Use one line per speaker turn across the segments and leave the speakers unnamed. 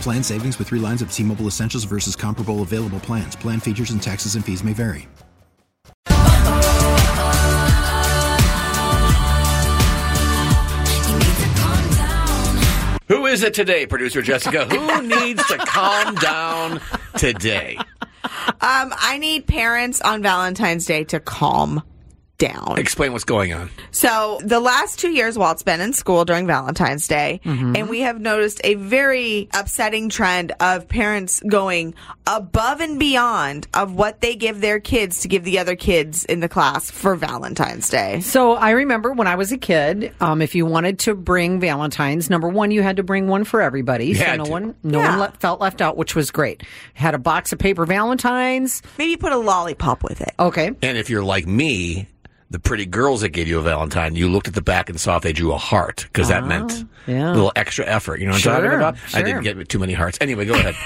Plan savings with three lines of T Mobile Essentials versus comparable available plans. Plan features and taxes and fees may vary.
Who is it today, producer Jessica? Who needs to calm down today?
Um, I need parents on Valentine's Day to calm down.
Explain what's going on.
So, the last two years, Walt's been in school during Valentine's Day,
Mm-hmm.
and we have noticed a very upsetting trend of parents going above and beyond of what they give their kids to give the other kids in the class for Valentine's Day.
So I remember when I was a kid, um, if you wanted to bring Valentine's, number one, you had to bring one for everybody, so
had
no
to.
one no one le- felt left out, which was great. Had a box of paper Valentines.
Maybe put a lollipop with it.
Okay,
And if you're like me, the pretty girls that gave you a Valentine, you looked at the back and saw if they drew a heart because that meant
Ah, yeah.
a little extra effort. You know what I'm talking
Sure,
about? I
sure.
didn't get too many hearts. Anyway, go ahead.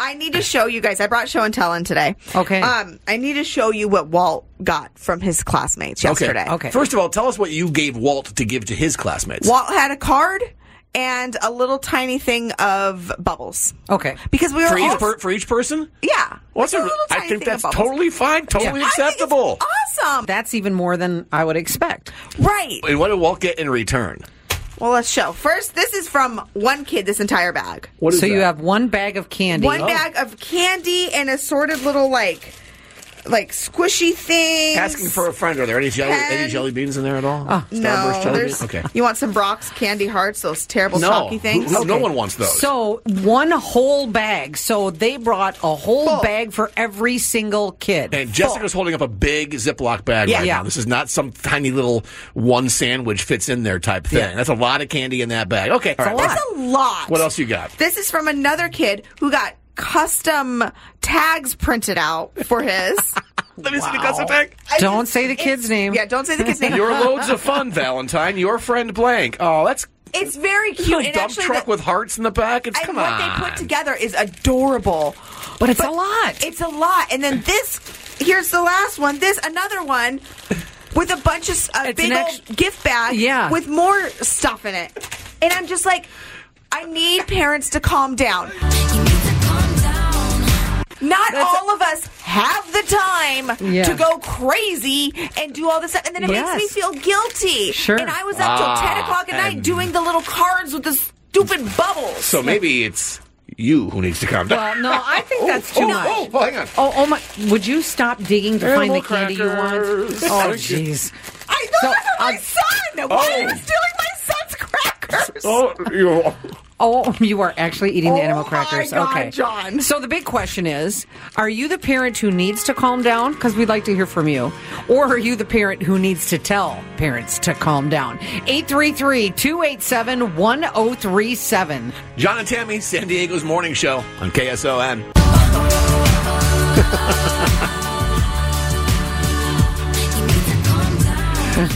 I need to show you guys. I brought show and tell in today.
Okay.
Um, I need to show you what Walt got from his classmates yesterday.
Okay.
First of all, tell us what you gave Walt to give to his classmates.
Walt had a card and a little tiny thing of bubbles
okay.
because we were
for
all
each per, for each person?
yeah.
What's
Just
a,
little
I
tiny
think
thing
that's
of bubbles.
totally fine, totally
I think it's
acceptable.
awesome.
That's even more than I would expect.
Right.
And what did Walt get in return?
Well, let's show first. This is from one kid. This entire bag.
What is
so you
that?
have one bag of candy.
Oh.
One bag of candy and assorted little like like squishy things.
asking for a friend. Are there any jelly, any
Pen.
jelly beans in there at all? Starburst
no.
jelly
There's,
beans? Okay.
You want some Brock's candy hearts? Those terrible
No.
chalky things.
Who- who- No one wants Oh, those.
So one whole bag. So they brought a whole
Full.
bag for every single kid.
and Jessica's holding up a big Ziploc bag
Yeah.
right
Yeah.
now. This is not some tiny little one sandwich fits in there type thing.
Yeah.
That's a lot of candy in that bag. Okay. all right,
That's a lot.
What else you got?
This is from another kid who got custom tags printed out for his.
Let me see the custom tag.
I
Don't
just-
say the
it's-
kid's name.
Yeah, don't say the kid's name.
Your loads of fun, Valentine. Your friend blank. Oh, that's
it's very
a
cute.
dump
and actually
truck
the-
with hearts in the back. It's
and
come
what
on.
they put together is adorable.
but it's a lot.
It's a lot. And then this, here's the last one. This another one with a bunch of s- a
It's
big
an
old
ex-
gift bag
Yeah.
with more stuff in it. And I'm just like, I need parents to calm down. Not all of us have the time
Yeah.
to go crazy and do all this stuff. And then it
Yes.
makes me feel guilty.
Sure.
And I was up
Ah,
till 10 o'clock at night
and-
doing the little cards with the stupid bubbles.
so maybe it's you who needs to calm down.
well, Uh, no, I think that's too
oh,
much.
Oh, well, hang on.
Oh, oh my! Would you stop digging to find
Animal
the candy
crackers.
you want? Oh,
Thank you.
jeez.
I thought
So,
that was my
uh,
son. Why are you stealing my son's crackers?
Oh, you
Oh, you are actually eating the animal
Oh my
crackers.
God,
okay,
John.
So the big question is: Are you the parent who needs to calm down? Because we'd like to hear from you, or are you the parent who needs to tell parents to calm down? 833-287-1037.
John and Tammy, San Diego's morning show on KSON.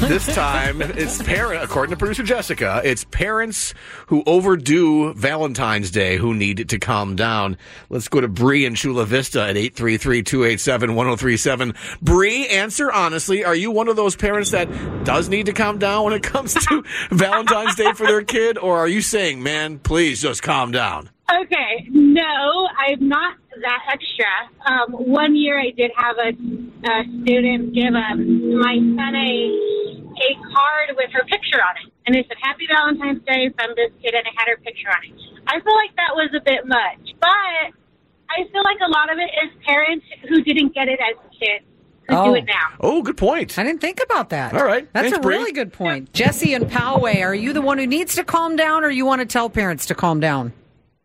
this time, it's parent. According to producer Jessica, it's parents who overdo Valentine's Day who need to calm down. Let's go to Bree in Chula Vista at 833-287-1037. Bree, answer honestly. Are you one of those parents that does need to calm down when it comes to Valentine's Day for their kid, or are you saying, man, please just calm down?
Okay, no, I'm not that extra. Um, one year I did have a, a student give a, my son a, a card with her picture on it. and they said, Happy Valentine's Day from this kid, and it had her picture on it. I feel like that was a bit much, but I feel like a lot of it is parents who didn't get it as kids who
Oh.
do it now.
Oh, good point.
I didn't think about that.
All right.
That's
Thanks,
a
Bree.
really good point. Jesse and Poway, are you the one who needs to calm down or you want to tell parents to calm down?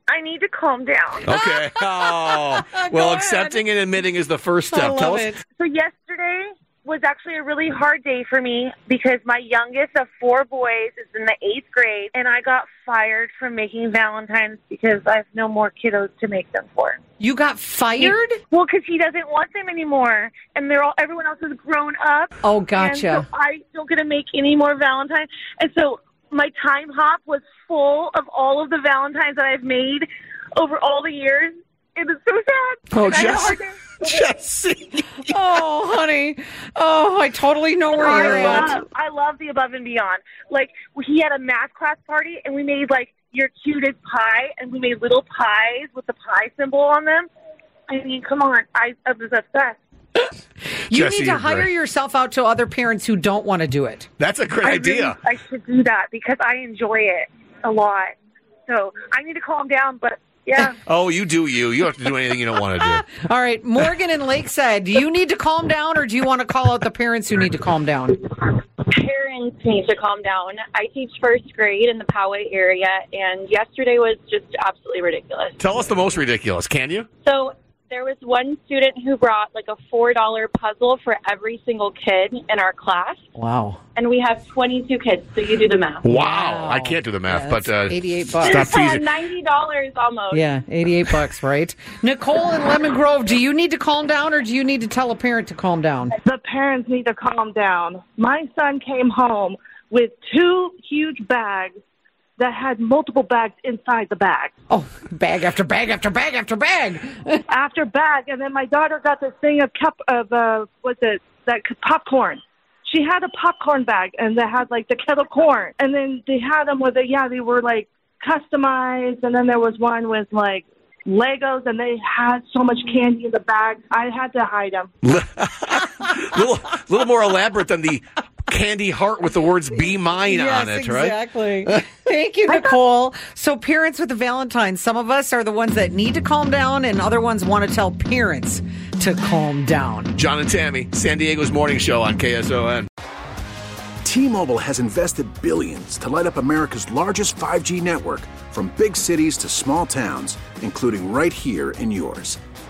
I need to calm down.
Okay. Oh. well,
ahead.
accepting and admitting is the first step. Tell us.
So yesterday was actually a really hard day for me because my youngest of four boys is in the eighth grade, and I got fired from making Valentine's because I have no more kiddos to make them for.
You got fired?
Well, because he doesn't want them anymore, and they're all everyone else is grown up.
Oh,
And
gotcha.
so I don't get to make any more Valentine's, and so my time hop was full of all of the Valentines that I've made over all the years. It is so sad.
Oh,
And I had a
Jess.
hard day.
Jesse.
oh, honey. Oh, I totally know where you're
I
at.
love, I love the above and beyond. Like he had a math class party, and we made like your cutest pie, and we made little pies with the pie symbol on them. I mean, come on, I, I was obsessed.
You
Jesse
need to
and
hire
Bree.
yourself out to other parents who don't want to do it.
That's a great
I
idea.
really- I should do that because I enjoy it a lot. So I need to calm down, but yeah.
Oh, you do you. You don't have to do anything you don't want to do.
All right, Morgan and Lakeside, do you need to calm down or do you want to call out the parents who need to calm down?
parents need to calm down. I teach first grade in the Poway area, and yesterday was just absolutely ridiculous.
Tell us the most ridiculous, can you?
So there was one student who brought like a $4 puzzle for every single kid in our class,
Wow.
and we have 22 kids, so you do the math.
Wow. I can't do the math,
Yeah,
but uh,
that's 88 bucks.
Stop teasing.
$90 almost.
Yeah, 88 bucks, right? Nicole in Lemon Grove, do you need to calm down or do you need to tell a parent to calm down?
the parents need to calm down. My son came home with two huge bags that had multiple bags inside the bag.
Oh, bag after bag after bag after bag.
After bag, and then my daughter got this thing of cup of uh, what's it that c- popcorn. She had a popcorn bag, and they had like the kettle corn, and then they had them with it. Yeah, they were like customized, and then there was one with like Legos, and they had so much candy in the bag. I had to hide them.
little, little more elaborate than the candy heart with the words "Be Mine" on it, right?
exactly. Thank you, Nicole. So, parents with the Valentine, some of us are the ones that need to calm down, and other ones want to tell parents to calm down.
John and Tammy, San Diego's morning show on KSON.
T-Mobile has invested billions to light up America's largest 5G network from big cities to small towns, including right here in yours.